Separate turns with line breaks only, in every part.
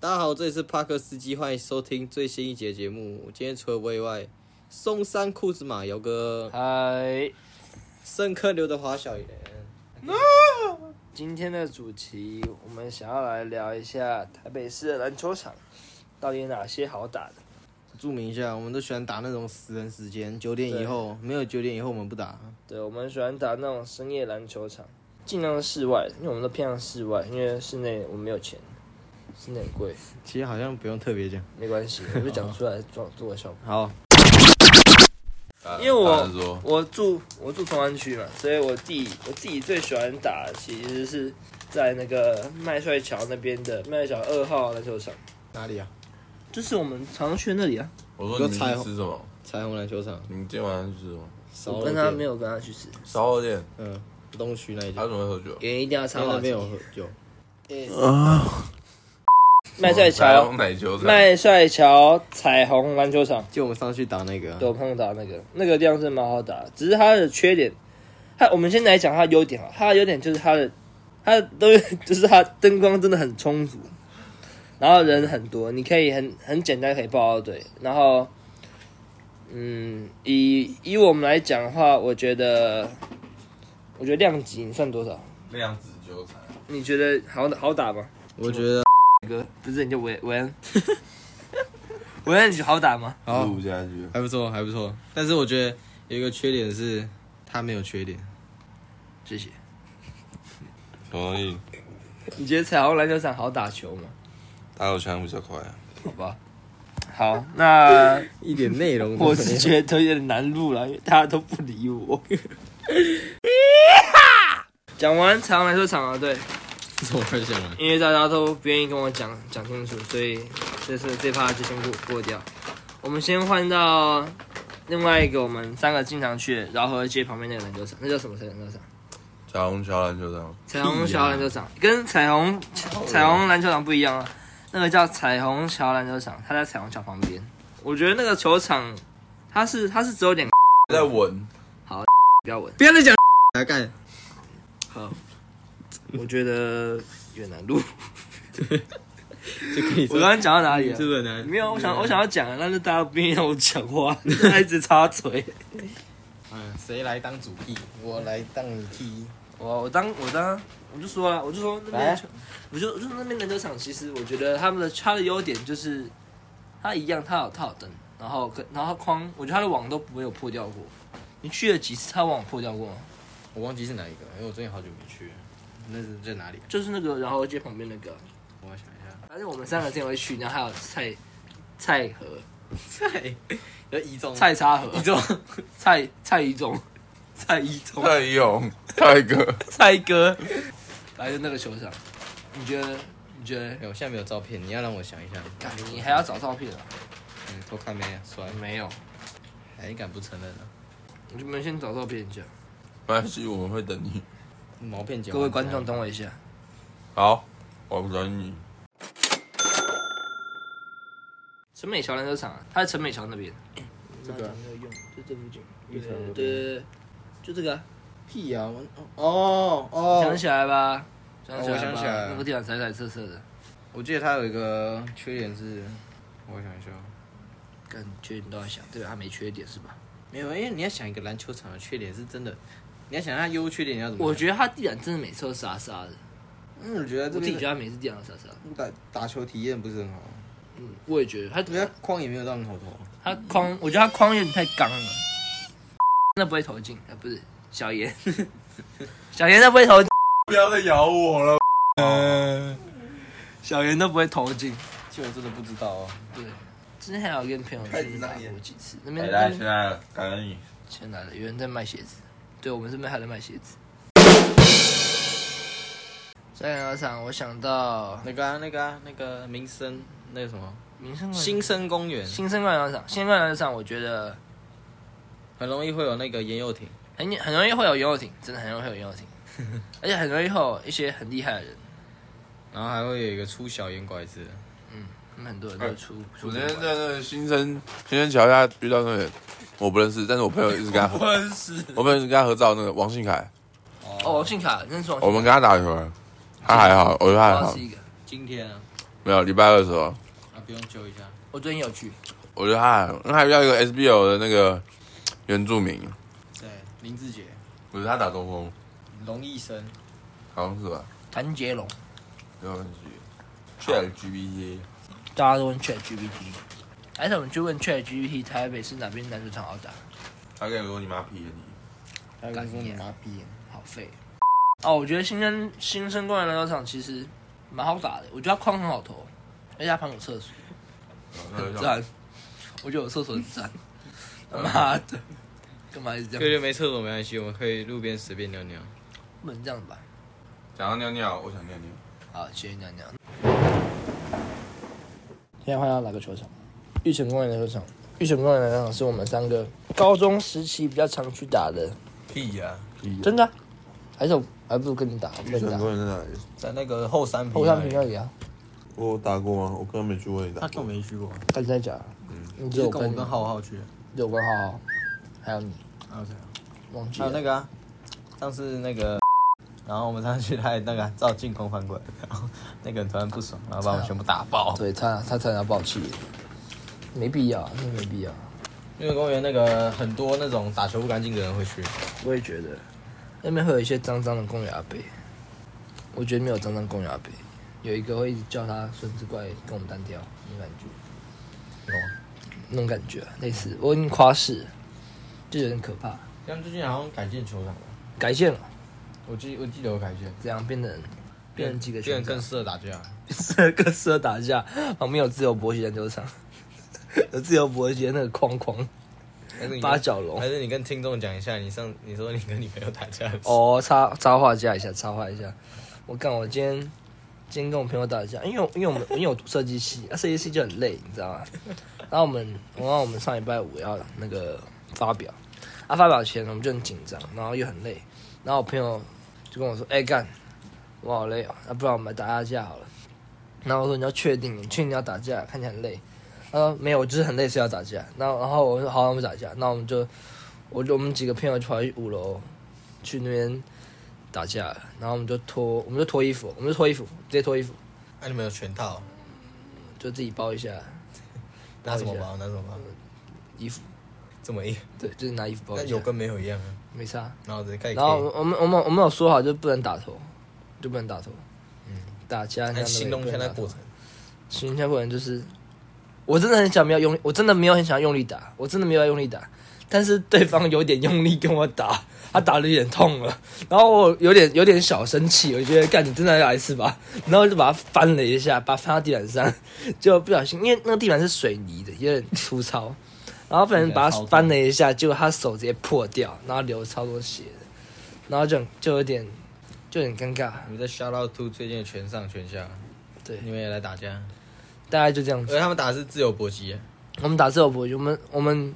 好，这里是帕克司机，欢迎收听最新一节节目。今天除了我以外，松山库兹马、姚哥、
嗨，
圣克刘德华、小野，
今天的主题我们想要来聊一下台北市的篮球场到底有哪些好打的。
注明一下，我们都喜欢打那种死人时间，九点以后，没有九点以后我们不打。
对，我们喜欢打那种深夜篮球场，尽量是室外，因为我们都偏向室外，因为室内我们没有钱，室内很贵，
其实好像不用特别讲。
没关系，我就讲出来做做个效果。
好，啊
因为
当
我
然说
我住我住同安区嘛，所以我弟我自己最喜欢打其实是在那个麦帅桥那边的麦帅桥二号篮球场，
哪里啊？
就是我们常去的那里啊。
我说你
有彩
们
虹
去吃什么？
彩虹篮球场，
你们今天晚上去吃什么？
烧
我
肉
跟他
店
没，有跟他去吃，
烧肉店，
嗯，东区那一
他
家，
怎么会喝酒？
原因一定要插
他那
话
边
题。
有喝酒。
啊
麦帅
彩
桥
虹，奶球场，
麦帅桥彩虹篮球场，
就我们上去打那个啊、
都碰到那个那个地方是蛮好打的，只是它的缺点，它我们先来讲它的优点啊，它的优点就是它的它的都 就是它灯光真的很充足，然后人很多，你可以很很简单可以报到队，然后嗯，以以我们来讲的话，我觉得我觉得量级你算多少？
量子纠缠。
你觉得好打好打吗？
我觉得
哥，不是你就韦韦恩， 韦恩你觉得好打吗？
好
录下去，
还不错，还不错。但是我觉得有一个缺点是，他没有缺点。
谢谢。
什么意？
你觉得彩虹篮球场好打球吗？
打手枪比较快啊。
好吧。好，那
一点内容 都没有
我是觉得有点难录了，因为大家都不理 我。讲完彩虹篮球场啊，对，
怎么会想啊？
因为大家都不愿意跟我讲讲清楚，所以这次这趴就先过过掉。我们先换到另外一个我们三个经常去的饶河街旁边那个篮球场，那叫什么篮球场？
彩虹桥篮球场，
彩虹桥篮球场跟彩虹彩虹篮球场不一样啊，那个叫彩虹桥篮球场，它在彩虹桥旁边。我觉得那个球场，它是它是只有点
在稳，
不要稳。
不要再讲来干。
好，我觉得越南路。
就可以
我刚刚讲到哪里了？
日本男
没有，我想我想要讲，但是大家不愿意让我讲话， 他一直插嘴。
嗯，谁来当主 P？我来当你 P。
我我当我当我就说了，啊我就说那
来
边球，我就我就说那边篮球场，其实我觉得他们的它的优点就是，它一样，它有它有灯，然后跟然后框，我觉得它的网都不会有破掉过。你去了几次，它网有破掉过吗？
我忘记是哪一个了，因为我最近好久没去了。那是在哪里？啊
就是那个然后街旁边那个，
我想一下。
反正我们三个经常会去，然后还有菜菜盒、
菜， 有一中
菜沙盒、
哦一中，
菜菜一中、 菜一中、
太勇，太哥，
菜哥，来就那个球场，你觉得你觉得？
没有，我现在没有照片，你要让我想一下。
干你还要找照片啊？
嗯，偷看没啊？算了，
没有。
哎，你敢不承认啊？
你们先找照片讲。
没关系，我们会等你。
毛片剪
各
完
位
再来
观众，等我一下。
好，我等你。
陈美桥篮球场、啊，它在陈美桥那边。
这个啊
没有用，就这附近。
对对对
对对，就这个、啊。
屁啊！我哦哦
想，起来吧，想
哦
起来吧，
我想起来了
那个地方彩彩色色的，
我记得他有一个缺点是，我想一下。哦
感觉你都要想，对吧？它没缺点是吧？
没有，因为你要想一个篮球场的缺点是真的，你要想它优缺点，你要怎么？
我觉得它地板真的每次都沙沙的，
嗯，我觉得
我
这
自己
边
觉得它每次地板都沙沙的。
打打球体验不是很好，
嗯，我也觉得它
我觉得框也没有到很好投。
它框，我觉得它框有点太刚了，那不会投进啊？不是，小严，小严那不会投进，
不要再咬我了。
小严都不会投进。
其实我真的不知道啊，
对，之前还有跟朋友
开
去
始
打
打野
过几次，那边那
来来，
边
现在哎感恩你。
钱来了，有人在卖鞋子。对，我们这边还在卖鞋子。在篮球场，我想到
那个啊，那个啊，那个民生那个什么
民生
新生公园，
嗯新生冠篮球场，新生冠篮球场，我觉得
很容易会有那个严幼艇，
很很容易会有游泳艇，真的很容易会有游泳 艇，而且很容易会有一些很厉害的人，
然后还会有一个出小眼拐子，
他们很多人都出出国
哎我今
玩。
天在那个新生新生桥下遇到那个我不认识，但是我朋友一直跟他 合，
真是
我朋友一直跟他合照，那个王信凯，
哦，王信凯，真是王
我
信
们跟他打球，他还好，我觉得他还
凯，
好
是。一个。
今天啊，啊
没有，礼拜二的时候，
不用揪一下。
我最近有去，
我觉得他还，那还遇到一个 SBL 的那个原住民，
对，林志杰、
我觉得他打中锋，
龙医生，
好像是吧？
谭杰龙，
没有问题。Chat GPT，
大家都问 ChatGPT，还是我们去问 ChatGPT 台北市哪边篮球场好打？
他跟你说你妈批了你。
他
跟你说你
啊
妈
逼。
好废。哦，我觉得新生新生冠篮球场其实蛮好打的，我觉得它框很好投，而且它旁边有厕所，很赞。我觉得有厕所很赞。他妈的，干嘛一直这
对
样？
对，没厕所没关系，我们可以路边随便尿尿。
不能这样吧？
讲到尿尿，我想尿尿。
好，谢谢娘娘。现在换到哪个球场？玉成公园篮球场。玉成公园篮球场是我们三个高中时期比较常去打的，
屁呀、
真的啊、还是我还不如跟你打，我不跟你打。
人在哪里？
在那个后山坪
后山平
那
那
里，
里啊，
我有打过吗？我根本没去过你
他跟我没去过，
跟你在讲，你只
就
有
是跟我
跟
跟浩浩去的，
只有跟浩浩，还有你
还有谁啊？
忘记
还有那
了。
个啊，上次那个，然后我们上次去他也那个啊照进攻翻滚，然后那个人突然不爽，然后把我们全部打爆。
对他，他差点要爆气，没必要，那没必要。啊
因为公园那个很多那种打球不干净的人会去，
我也觉得那边会有一些脏脏的公园阿伯，我觉得没有脏脏公园阿伯，有一个会一直叫他孙子怪跟我们单挑，那种感觉，
有吗
那种感觉啊类似，我已经夸饰，就有点可怕。
他们最近好像改建球场了，
改线了，
我记我记得有改建，
这样变成变成几个
变
圈啊
得更适合打架。
适合 更适合打架，旁边有自由搏击篮球场， 有自由搏击的那个框框
还是你
八
跟
角笼
还。是你跟听众讲一下，你上你说你跟你朋友打架的事，
哦，插插画家一下，插画一下。我干，我今天今天跟我朋友打架，因为我因为我们因为我读设计系，那设计系就很累，你知道吗？然后我们，然后我们上礼拜五要那个发表，啊，发表前我们就很紧张，然后又很累，然后我朋友就跟我说：“哎、干，我好累哦，那、不然我们打下架好了。”然后我说：“你要确定，你确定要打架？看起来很累。”他说：“没有，我就是很累，所以要打架。”然后，然后我说：“好，那我们打架。”那我们就，我就我们几个朋友就跑去五楼去那边打架了，然后我们就脱，我们就脱衣服，我们就脱衣服，直接脱衣服，
那、啊你们有全套，
就自己包一下
拿什么
包一下
包？拿什么包？
衣服，
这么硬，
对，就是拿衣服包
那
一下
有，跟没有一样啊。
没差。
然后直接开始
然后我们我们我们有说好，就不能打头，就不能打头，
嗯，
打架那
来形容一下那过程，
形容一下过程就是，我真的很想没有用力，我真的没有很想用力打，我真的没有要用力打，但是对方有点用力跟我打，他打的有点痛了，然后我有点有点小生气，我觉得干你真的要来一次吧，然后就把他翻了一下，把他翻到地板上，结果不小心，因为那个地板是水泥的，有点粗糙，然后不小心把他翻了一下，结果他手直接破掉，然后流超多血的，然后就很就有点就很尴尬，
你们在 shout out to 最近的全上全下，
对
你们也来打架，
大概就这样
而
子。
且他们打的是自由搏击，
我们打自由搏击，我们我们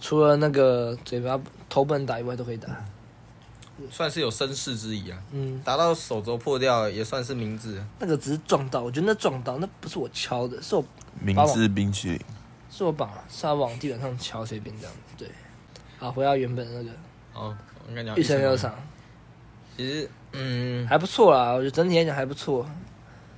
除了那个嘴巴头不能打以外都可以打。
算是有绅士之谊啊。
嗯，
打到手肘破掉也算是明智，
那个只是撞到，我觉得那撞到那不是我敲的，是我
明治冰淇淋，
是我把是他往地板上敲，随便这样子。对，好，回到原本那个
哦，我跟你讲，
玉成球场
其实，嗯，
还不错啦，我觉得整体来讲还不错。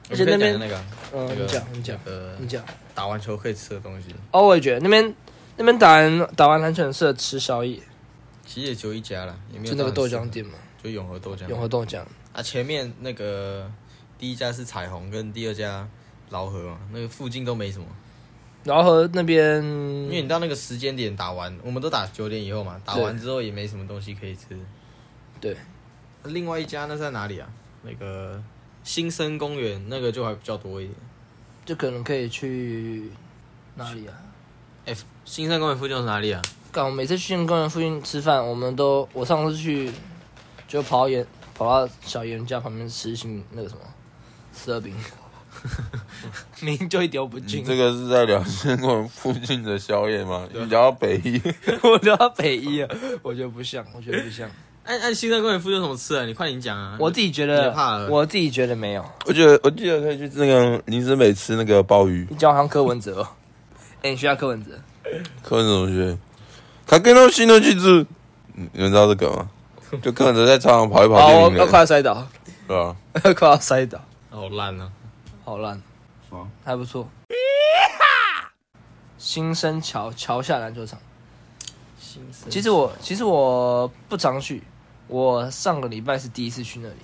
而且
我们可以
那
讲那
边
个，啊
嗯，
那
你
个
讲 你讲
那个
你讲。
打完球可以吃的东西，
哦，我也觉得那边那边打完打完篮球很适合吃宵夜，
其实也就一家了，也没有
就那个
到
豆
很
浆
适
店嘛，
合，就永和豆浆，
永和豆浆。
啊，前面那个第一家是彩虹，跟第二家劳合嘛，那个附近都没什么，
然后那边
因为你到那个时间点打完，我们都打九点以后嘛，打完之后也没什么东西可以吃。啊
对，
另外一家那是在哪里啊？那个新生公园那个就还比较多一点。
就可能可以去哪里啊？
哎、新生公园附近是哪里啊？
干，我每次去公园附近吃饭，我们都我上次去就跑到严跑到小严家旁边吃新那个什么十二饼，明明就一丢不
你
进。
这个是在聊天公园附近的宵夜吗？
啊
你聊到北一，
我留到北一了，我觉得不像，我觉得不像，
哎、哎、新生公园附近有什么吃的？你快点讲啊！
我自己觉
你也
得
怕了，
我自己觉得没有。
我觉得我记得可以去那个林森北吃那个鲍鱼。
你讲好像柯文哲、哦，哎、你学下柯文哲，
柯文哲同学，他跟到新的去吃，你你们知道这个 吗？就柯文哲在操场跑一跑
好，
就
哦我
赢
我快
了，
要摔倒，
对吧？
快要摔倒，
好烂啊！
好烂，
爽，
还不错。新生桥桥下篮球场。
新生
其实我其实我不常去，我上个礼拜是第一次去那里，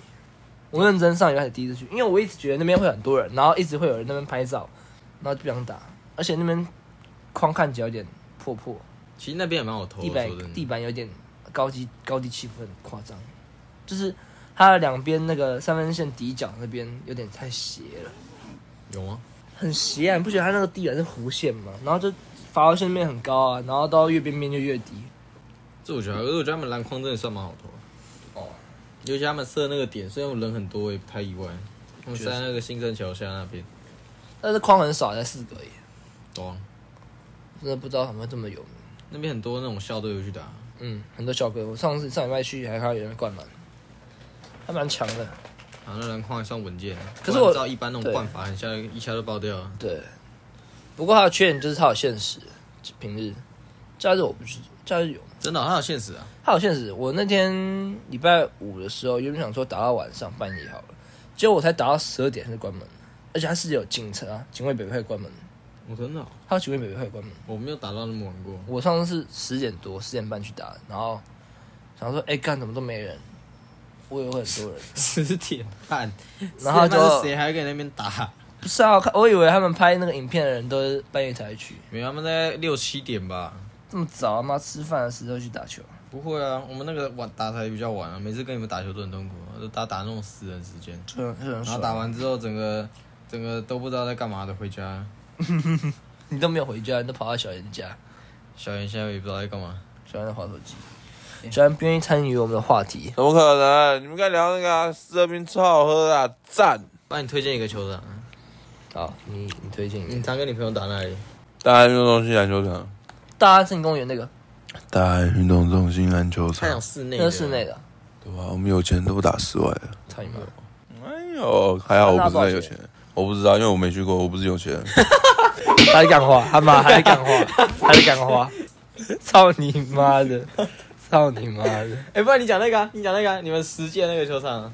我认真上礼拜是第一次去，因为我一直觉得那边会很多人，然后一直会有人那边拍照，然后就不想打，而且那边框看起来有点破破，
其实那边也蛮好投的，
地板
哦说真的
地板有点高低高低起伏很夸张，就是它的两边那个三分线底角那边有点太斜了，
有吗？
很斜啊！你不觉得它那个地板是弧线吗？然后就罚球线那边很高啊，然后到越边边就越低。
这我觉得，可是我觉得他们篮筐真的算蛮好投的。
哦，
尤其他们射那个点，虽然人很多，也不太意外。他们射在那个新生桥下那边，
但是框很少，才四个耶，
懂啊？
真的不知道他们这么有名。
那边很多那种校队会去打，
嗯，很多小哥，我上次上礼拜去还看到有人灌篮，还蛮强的。
然后那篮筐还算稳健。
可是我
不然照一般那种
对
灌法，很下一下就爆掉了。
对，不过它的缺点就是它有限时，平日、假日我不去，假日有。
真的、哦，他有现实啊。
它有限时，我那天礼拜五的时候原本想说打到晚上半夜好了，结果我才打到十二点它就关门了，而且它是有警察啊，警卫北会关门，
我真的哦、
它有警卫北会关门。
我没有打到那么晚过。
我上次是十点多十点半去打，然后想说哎干、怎么都没人，我以为会很多人，
十点半，
然后就
10点半是谁还跟那边打？
不是啊，我看我以为他们拍那个影片的人都是半夜才去，
没有，他们在六七点吧。
这么早他、妈吃饭的时候去打球，
不会啊，我们那个晚打才比较晚啊，每次跟你们打球都很痛苦啊，都打打那种死人时间，
就很就很
然后
爽。
打完之后整个整个都不知道在干嘛的回家，
你都没有回家，你都跑到小严家，
小严现在也不知道在干嘛，
小严在滑手机，小严不愿意参与我们的话题。
怎么可能？你们该聊那个、啊、这边超好喝的、啊，赞！
帮你推荐一个球场，
好，你你推荐一
你
个
常跟你朋友打那里，
大安运动中心篮球场，
大安森林公园那个，
大安运动中心篮球
他
场
想，室内
那
的，
个室内，的，
对吧、我们有钱都不打室外的。
操你妈！
哎呦，还好我不是太有钱，我不知道，因为我没去过，我不是有 钱人。
还在讲话，他妈还在讲 话，还在讲话，操你妈的，操你妈的！
哎、不然你讲那个、啊，你讲那个、啊，你们实践那个球场，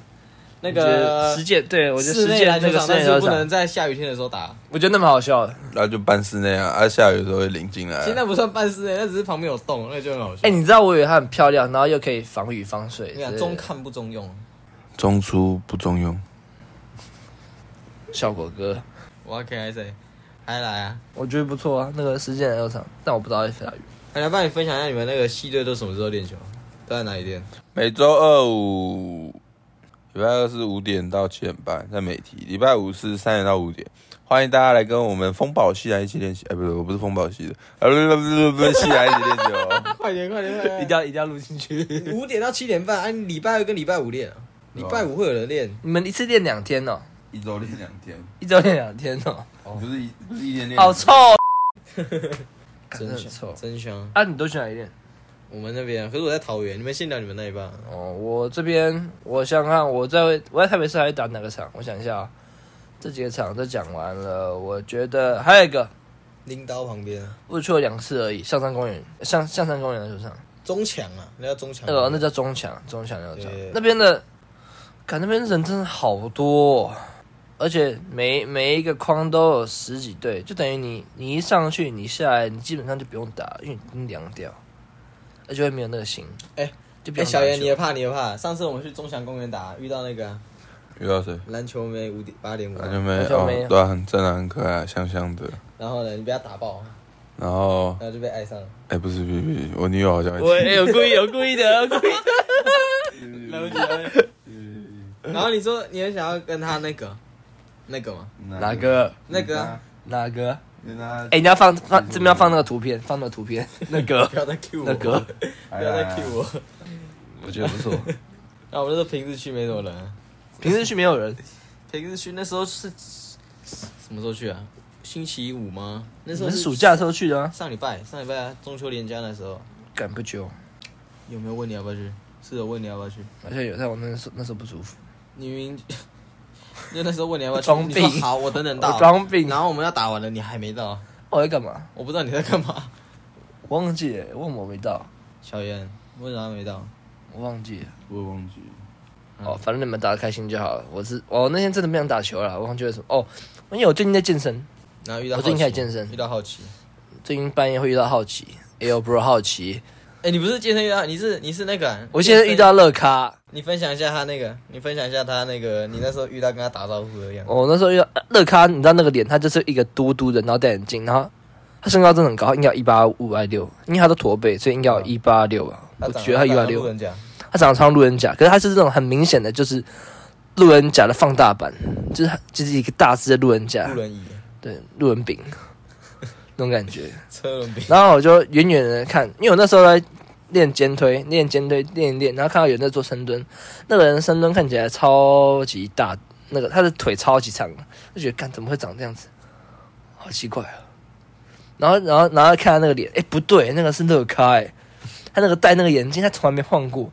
那
我觉得
个
实践，对我觉得
室
实
内
践
篮
那
球
个
场，
实
但
践
是不
球
能
场，
在下雨天的时候打，
我觉得那蛮好笑的。
那就办室内啊，啊下雨的时候会淋进来、
现在
啊。
不算半室内，那只是旁边有洞，那就很好笑。
呃哎，你知道我以为它很漂亮，然后又可以防雨防水
我跟你，讲，中看不中用，
中出不中用，
效果哥，
我要 K I C，还来啊。
我觉得不错啊，那个实践篮球场，但我不知道会下雨。
哎来帮你分享一下你们那个系队都什么时候练球？都在哪里练？
每周二五，礼拜二是五点到七点半，在美体；礼拜五是三点到五点。欢迎大家来跟我们风宝系来一起练习。哎，不是，我不是风宝系的，啊，不是不是不是系来一起练习哦。
快点，快点，快
一定！要一定要录进去。
五点到七点半，按、你礼拜二跟礼拜五练啊。
哦
礼拜五会有人练，
你们一次练两天哦，
一周练两天，
一周练两天哦，
不是一不是一天练
好臭哦。真的
真
很臭
香，真香。
啊！你都去哪里练？
我们那边，可是我在桃园，你们先聊你们那一半啊。
哦，我这边我想想看，我在我在台北市还打哪个场？我想一下啊、这几个场都讲完了，我觉得还有一个
拎刀旁边啊，
我去了两次而已，象山公园，象象山公园篮球场，
中墙啊，那叫中墙。
那哎个那叫中墙，中墙篮球场
对
那边的，看那边人真的好多、哦，而且每每一个框都有十几队，就等于你你一上去，你下来，你基本上就不用打了，因为你已经凉掉，而且会没有那个心。
哎
就不
哎，
用打
小严，
球
你也怕，你也怕。上次我们去中翔公园打，遇到那个啊
遇到谁？
篮球妹五点八点五，
篮球妹
篮球妹
哦，对啊，很正啊，很可爱、啊，香香的。
然后呢，你被他打爆，
然后，
然后就被爱上了。
哎、不是，不是，不是，我女友好像
我哎、有故意有故意的，有故意 的。
然后你说你很想要跟他那个，那个吗？
哪个？
那个啊，
哪个？
跟他
哎、你要放放这边要放那个图片，放那个图片，那 个
不要再 Q 我，
那个，哎
不要再 Q 我。
哎我觉得不错。
那我们那时候平日去没什么人啊、
平时去没有人，
平日去那时候是什么时候去啊？星期五吗？那时
你
候
们是暑假的时候去的吗？
上礼拜，上礼拜、啊、中秋连假那时候，
赶不久，
有没有问你要不要去？是有问你要不要去？
而且有在我那时候那时候不舒服，
你明明 就那时候问你要不要去，
装
你说
病
好，我等等
我
到。
装病，
然后我们要打完了，你还没到，
我在干嘛？
我不知道你在干嘛。
我忘记了，问我没到，
小袁，为啥没到？
我忘记了。
我忘记。
哦，反正你们打的开心就好了。我是我那天真的不想打球了，我忘记为什么。哦，因为我最近在健身，
然后遇到
我最近
好奇
开始健身
遇到好奇，
最近半夜会遇到好奇，L bro 好奇，
哎、你不是健身遇到，你是你是那个啊、
我现在遇到乐咖，
你分享一下他那个，你分享一下他那个，你那时候遇到跟他打招呼的样子。
我哦那时候遇到乐咖，你知道那个脸，他就是一个嘟嘟的，然后戴眼镜，然后他身高真的很高，应该有一八五还六，因为他都驼背，所以应该有一八六吧，我
长
觉得他一八
长得
六
路。人甲，
他长得超像路人甲，可是他是这种很明显的，就是路人甲的放大版，就是他就是一个大只的路人甲
路，人乙，
对，路人丙那种感觉。
车轮 饼。
然后我就远远的看，因为我那时候在练肩推，练肩推练一练，然后看到有人在做深蹲，那个人深蹲看起来超级大，那个他的腿超级长，就觉得干怎么会长这样子，好奇怪啊。然后然后然后看他那个脸，哎不对，那个是乐咖哎，他那个戴那个眼镜，他从来没换过，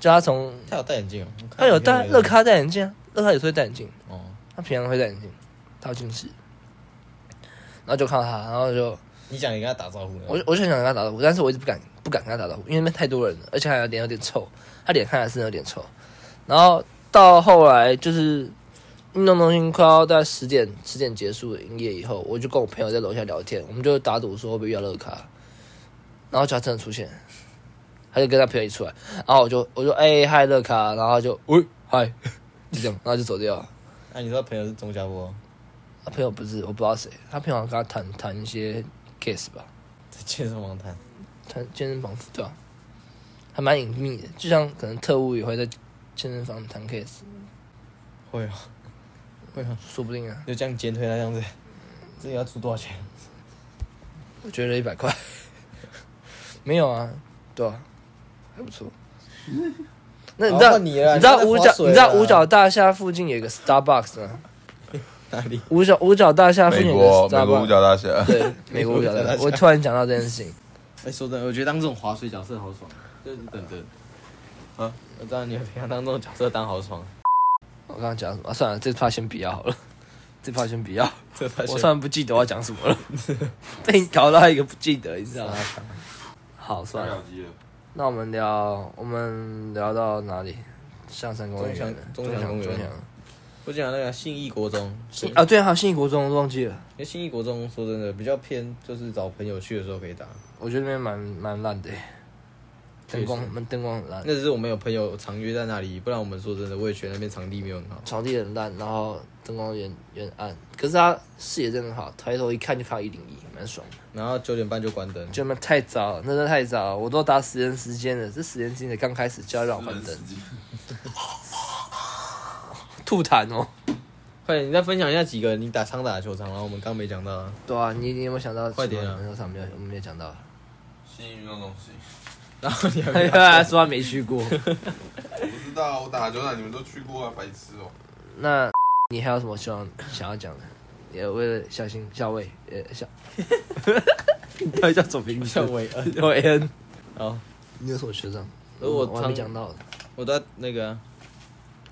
就他从
他有戴眼镜哦，我看
他有戴
没
乐咖戴眼镜啊，乐咖有时候会戴眼镜，
哦，
他平常会戴眼镜，他有近视。然后就看到他，然后就
你讲你跟他打招呼了，
我就我就很想跟他打招呼，但是我一直不敢不敢跟他打招呼，因为那边太多人了，而且他有点有点臭，他脸看起来是有点臭。然后到后来就是运动中心快要在十点十点结束营业以后，我就跟我朋友在楼下聊天，我们就打赌说会不会遇到乐咖，然后就他真的出现，他就跟他朋友一起出来，然后我就我就哎嗨乐咖，然后他就喂嗨， 就这样，然后就走掉了。
啊，你说朋友是钟家波，
他朋友不是我不知道谁，他朋友跟他谈谈一些 case 吧。
在健身房谈，
他健身房对啊，还蛮隐秘的，就像可能特务也会在健身房谈 case，
会哦，会哦，
说不定啊。
就这样肩推他这样子，这个要出多少钱？
我觉得一百块， 没有啊，对啊，还不错。那你知
好
道
换哦你了
知道
你在
五
划
角
水啊
你知道
了
五角大厦附近有一个 Starbucks 吗？
哪里？
五角五角大厦附
美
近有一
国
个
美国五
Starbucks，
角大侠，
对，美国五角大
美国五角大
厦。
厦
我突然讲到这件事情，
哎、说真的，我觉得当这种划水角色好爽，
啊
就是等着。
啊
我知道你平常当这种角色当好爽，啊
我刚刚讲什么？啊算了，这趴先不要好了， 这趴先不要。
这才
我突然不记得我要讲什 么了，被你搞到一个不记得，你知道吗？
啊
好，算了，那我们聊，我们聊到哪里？象山公园，
中祥中祥公园
中祥
我讲那个信义国中，
信啊，对，还有信义国中，忘记了，
因为信义国中说真的比较偏，就是找朋友去的时候可以打，
我觉得那边蛮蛮烂的，灯光
确，
灯光很烂，
那只是我们有朋友常约在那里，不然我们说真的，我也觉得那边场地没有很好。
场地很烂，然后灯光有点有点暗，可是它视野真的很好，抬头一看就看到一零一，蛮爽的。
然后九点半就关灯，
就那太早了，那真的太早了，我都打实验时间了，这实验时间才刚开始就要让我关灯，吐痰哦。
快点，你再分享一下几个你打长打的球场，然后我们刚没讲到啊。
对啊，你你有没有想到？
快点啊
那场没有，我们没有讲到。
新运动中心，
然后你还没 讲
他哎说他没去过。
我知道，我打球场你们都去过啊，白痴哦。
那你还有什么希望想要讲的？也为了小新、小魏、呃 小，你到底叫什么名字
叫？韦恩，
叫魏恩。
好，
你有什么学长？
而呃我
我还
常
没讲到的。
我在那个啊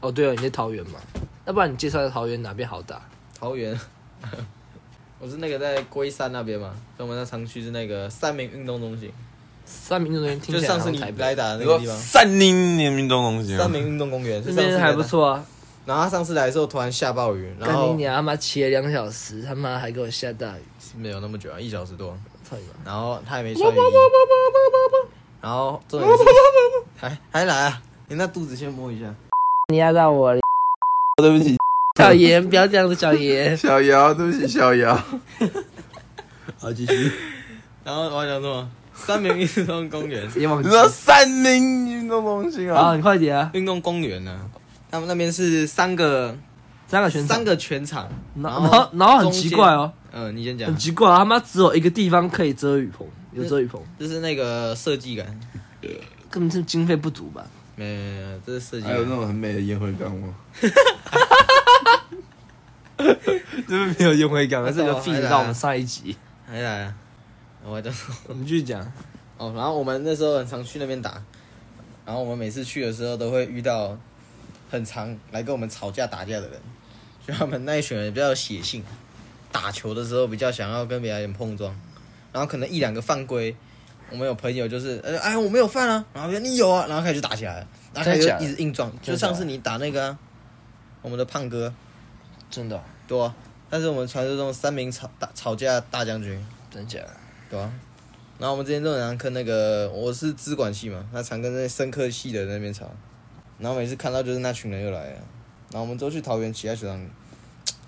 哦，对哦，你在桃园嘛？要不然你介绍一下桃园哪边好打？
桃园， 我是那个在龟山那边嘛，所以我们那常去是那个三明运动中心，
三明中间听
就
起来
上
好
次
像
你
台
来
北，
打的
你
那个
说
地方。
三零年运动中心啊，
三明运动公园是
这
上次
边还不
来打。
错啊。
然后他上次来的时候突然下暴雨，然
干你
后
娘他妈骑了两小时，他妈还给我下大雨，
没有那么久啊，一小时多。
操 你妈！
然后他也没穿雨衣，然后重点是还还来啊！你那肚子先摸一下，
你压到我了，
对不起，
小严，不要这样子，小 严。
小姚，对不起，小姚。
好，继续。
然后我要讲什么？三明运动公园，
别往
你说三零运动中心
啊，
啊？
你快点啊！
运动公园呢、他们那边是三个
三个选手
三，个全场，
然后然后然后很奇怪哦，
中间，嗯、你先讲
很，奇怪啊，他妈只有一个地方可以遮雨棚，有遮雨棚，
就是那个设计感，
根本是经费不足吧？
没有没有没有，这是设计
还有那
感，
种很美的烟灰缸吗？
这边没有烟灰缸，这个
还来
feed
啊
到我们上一集，
还来啊！我要讲什么
我们继续讲。
哦，然后我们那时候很常去那边打，然后我们每次去的时候都会遇到很常来跟我们吵架打架的人，就他们那一群人比较有血性，打球的时候比较想要跟别人呃碰撞，啊然后可能一两个犯规，我们有朋友就是呃哎我没有犯啊，然后就你有啊，然后开始就打起来了，然后开始
真的假
就
的
一直硬撞，就
真的假的
上次你打那个、啊、我们的胖哥，
真的哦，
对啊，他是我们传说中三名吵打吵架大将军，
真假的？
对啊。然后我们之前都很常跟那个我是资管系嘛，他常跟那生科系的那边吵，然后每次看到就是那群人又来了，然后我们之后去桃园其他学长，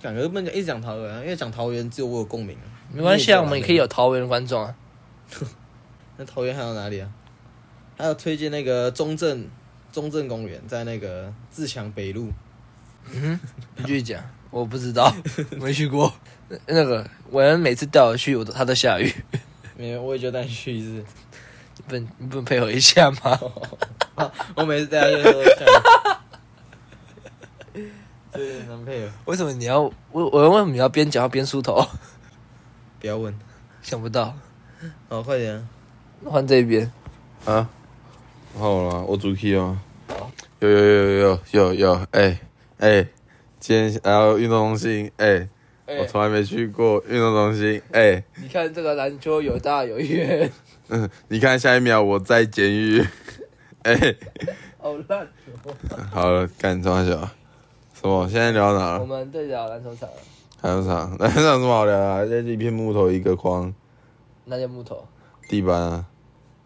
感觉不能讲一直讲桃园啊，因为讲桃园只有我有共鸣啊。
没关系啊，我们也可以有桃园的观众啊。
那桃园还有哪里啊？还有推荐那个中正中正公园，在那个自强北路，
你继续讲，我不知道， 没去过。那那个伟恩每次带我去，我都他都下雨，
没有，我也就带你去一次。
你不能你不能配合一下吗？
我每次带他去都是这样，这有点难配合。
为什么你要我我为什么你要边讲话边梳头？
不要问，
想不到，
好，快点啊、
换这边。
啊，好了，我主 key 哦。有有有有有有，哎、哎、今天还有运动中心，哎、我从来没去过运动中心，哎、
你看这个篮球有大有远，
嗯，你看下一秒我在监狱，哎、
好烂。
好了，干装小，什么？现在聊到哪
我
了？
们对聊篮球场，
还有啥？ 那还有什么好聊啊？这一片木头，一个框，
那些木头。
地板啊。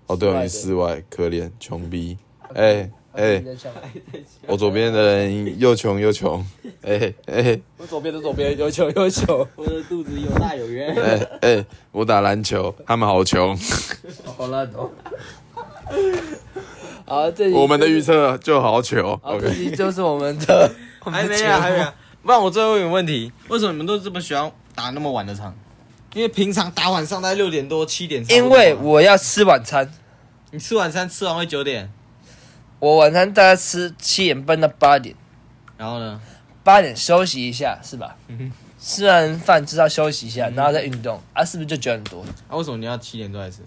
哦，对哦，你室
室
外，可怜，穷逼。哎、哎、
你在想
我左边的人又穷又穷，哎、哎。
我左边的左边有球有球，
我的肚子有大有圆。
哎、哎、我打篮球，他们 好穷。
好烂哦。好，这集
我们的预测就好糗。
好，
OK，
这集就是我们的，我们
还
的
没
节
啊，
目
还没。啊。不然我最后一个问题，为什么你们都这么喜欢打那么晚的场？因为平常打晚上大概六点多七点差不
因
多吧。
为我要吃晚餐，
你吃晚餐吃完会九点，
我晚餐大概吃七点半到八点，
然后呢？
八点休息一下是吧？
嗯
吃完饭知道休息一下，然后再运动啊，是不是就九点多？
啊，为什么你要七点多来吃？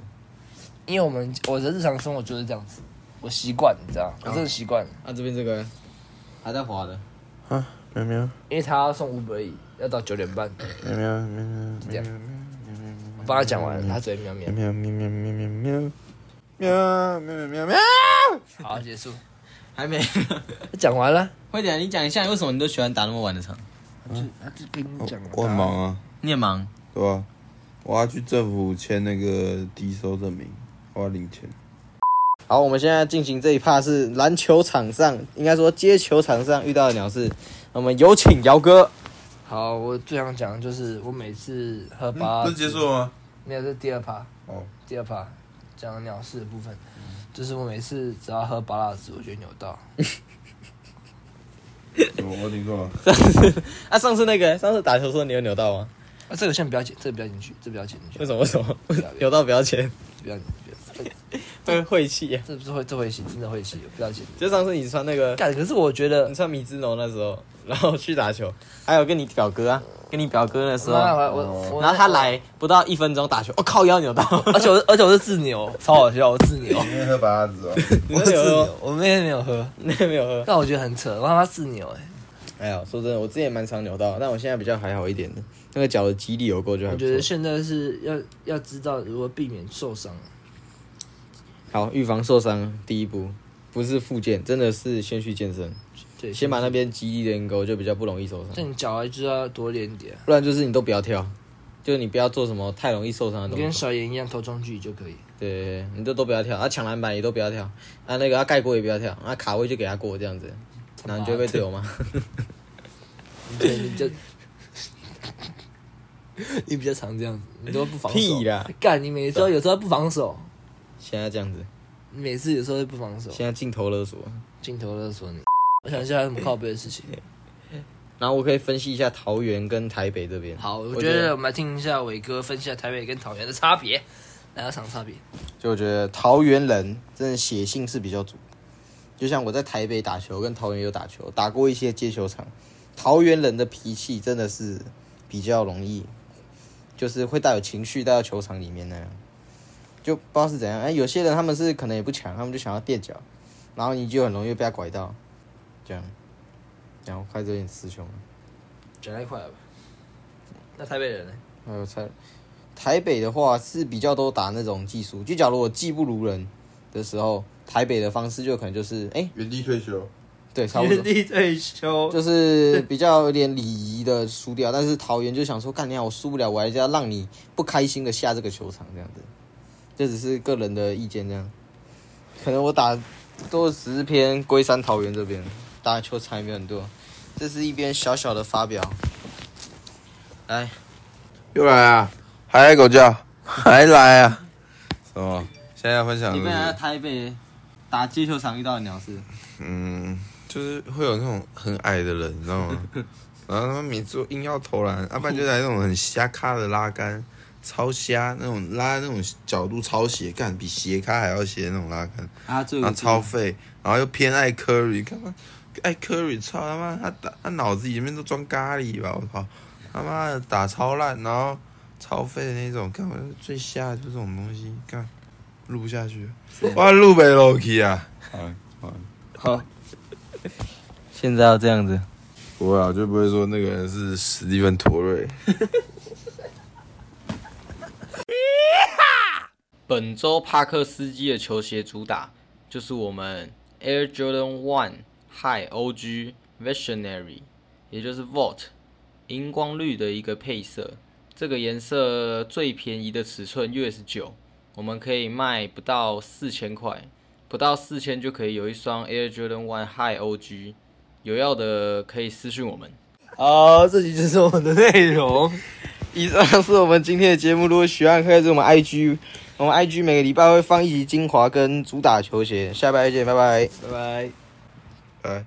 因为我们我的日常生活就是这样子，我习惯，你知道，我真的习惯了，
啊，这边这个还在滑的，
喵喵
因为他要送五百亿，要到九点半，
喵喵喵
就这样。我帮他讲完了，他嘴喵喵。
喵喵喵喵喵喵喵喵喵喵。
好，结束，
还没。
讲完了，
快点，你讲一下为什么你都喜欢打那么晚的场？
就他就跟你讲了。
我很忙啊，
你也忙，
对吧、我要去政府签那个低收证明，我要领钱。
好，我们现在进行这一趴是篮球场上，应该说接球场上遇到的鸟事。我们有请姚哥。
好，我最想讲的就是我每次喝八，
嗯不是结束了吗？
没有，这是第二趴。
哦，嗯
第二趴讲鸟事的部分，就是我每次只要喝巴拉子，我就扭到。
我听错了。
上次啊，上次那个上次打球的时候你有扭到吗？
啊，这个先不要剪，这个不要进去，这个不要剪进去，
为
这
什么？为什么扭到不要钱？
个不要进去，这个
会晦气耶！
这不是会这会洗，真的会洗，不要剪。
就上次你穿那个，
干，可是我觉得
你，穿米芝龙那时候，然后去打球，还有跟你表哥啊，跟你表哥那时
我
候，
我我，
然后他，来不到一分钟打球，我、靠腰扭到，
而且我而且我是自牛，超好笑，我自牛，
今天喝八子哦。
你
我
那
自
有喝吗，
牛，我那天没有喝，
那个没有喝。
但我觉得很扯，我他妈自牛哎，
哎呀，说真的，我之前也蛮常扭到，但我现在比较还好一点的，那个脚的肌力有够就还
我
不
觉得
错。
现在是要要知道如何避免受伤，
好，预防受伤第一步不是复健，真的是先去健身，
对，
先把那边肌力练够，就比较不容易受
这
伤。
你脚还就要多练点，
不然就是你都不要跳，就是你不要做什么太容易受伤的
你
东
跟
西。
小严一样投中距就 可以。
对，你都都不要跳，啊抢篮板也都不要跳，啊那个啊盖锅也不要跳，啊卡位就给他过这样子，然后你就会被队友骂。
对，你就 你比较常这样子，你都不防守。
屁啦！
干，你每次都有时候不防守，
现在这样子，
你每次有时候都不防守，
现在镜头勒索。
镜头勒索你。我想一下还有什么靠背的事情。
然后我可以分析一下桃园跟台北这边。
好，我觉得我们来听一下伟哥分析一下台北跟桃园的差别，来到场差别。
就我觉得桃园人真的血性是比较足。就像我在台北打球，跟桃园有打球，打过一些街球场，桃园人的脾气真的是比较容易，就是会带有情绪带到球场里面那样，就不知道是怎样。哎，有些人他们是可能也不强，他们就想要垫脚，然后你就很容易被他拐到，这样，然后开始有点雌雄了。
讲太快了吧？那台北人呢？
还有猜，呃台北的话是比较多打那种技术，就假如我技不如人的时候，台北的方式就可能就是，哎、
原地退休。
对，差不
原
多。
地退休。
就是比较有点礼仪的输掉，但是桃园就想说，干你啊，我输不了，我还是要让你不开心的下这个球场这样子。这只是个人的意见，这样，可能我打都只是偏龟山桃园这边打球场也没有很多，这是一边小小的发表。来，
又来啊，还来 狗叫，还来啊？什么？现在要分享
你
是不
们啊在
是？
台北打街球场遇到的鸟事，
嗯，就是会有那种很矮的人，你知道吗？ 然后他们每次都硬要投篮，要、不然就来那种很瞎咖的拉杆，超瞎那种拉那种角度超斜，干比斜咖还要斜那种拉杆。
啊，最
然后超废，然后又偏爱 Curry，干嘛？爱 Curry，操他妈，他打他脑子里面都装咖喱吧，我操，他妈的打超烂，然后超废的那种，干我最瞎的就是这种东西，干录不下去，哇，录北 l o k 啊，
好，
现在要这样子，
不会啊，就不会说那个人是史蒂芬陀瑞，
本周帕克斯基的球鞋主打就是我们 Air Jordan One High OG Visionary，也就是 Volt 荧光绿的一个配色。这个颜色最便宜的尺寸 US 九，我们可以卖不到四千块，不到四千就可以有一双 Air Jordan One High OG。有要的可以私讯我们。
好，这集就是我们的内容。
以上是我们今天的节目。如果喜欢，可以在我们 IG，我们 IG 每个礼拜会放一集精华跟主打球鞋。下拜见，拜拜。
拜拜。
哎。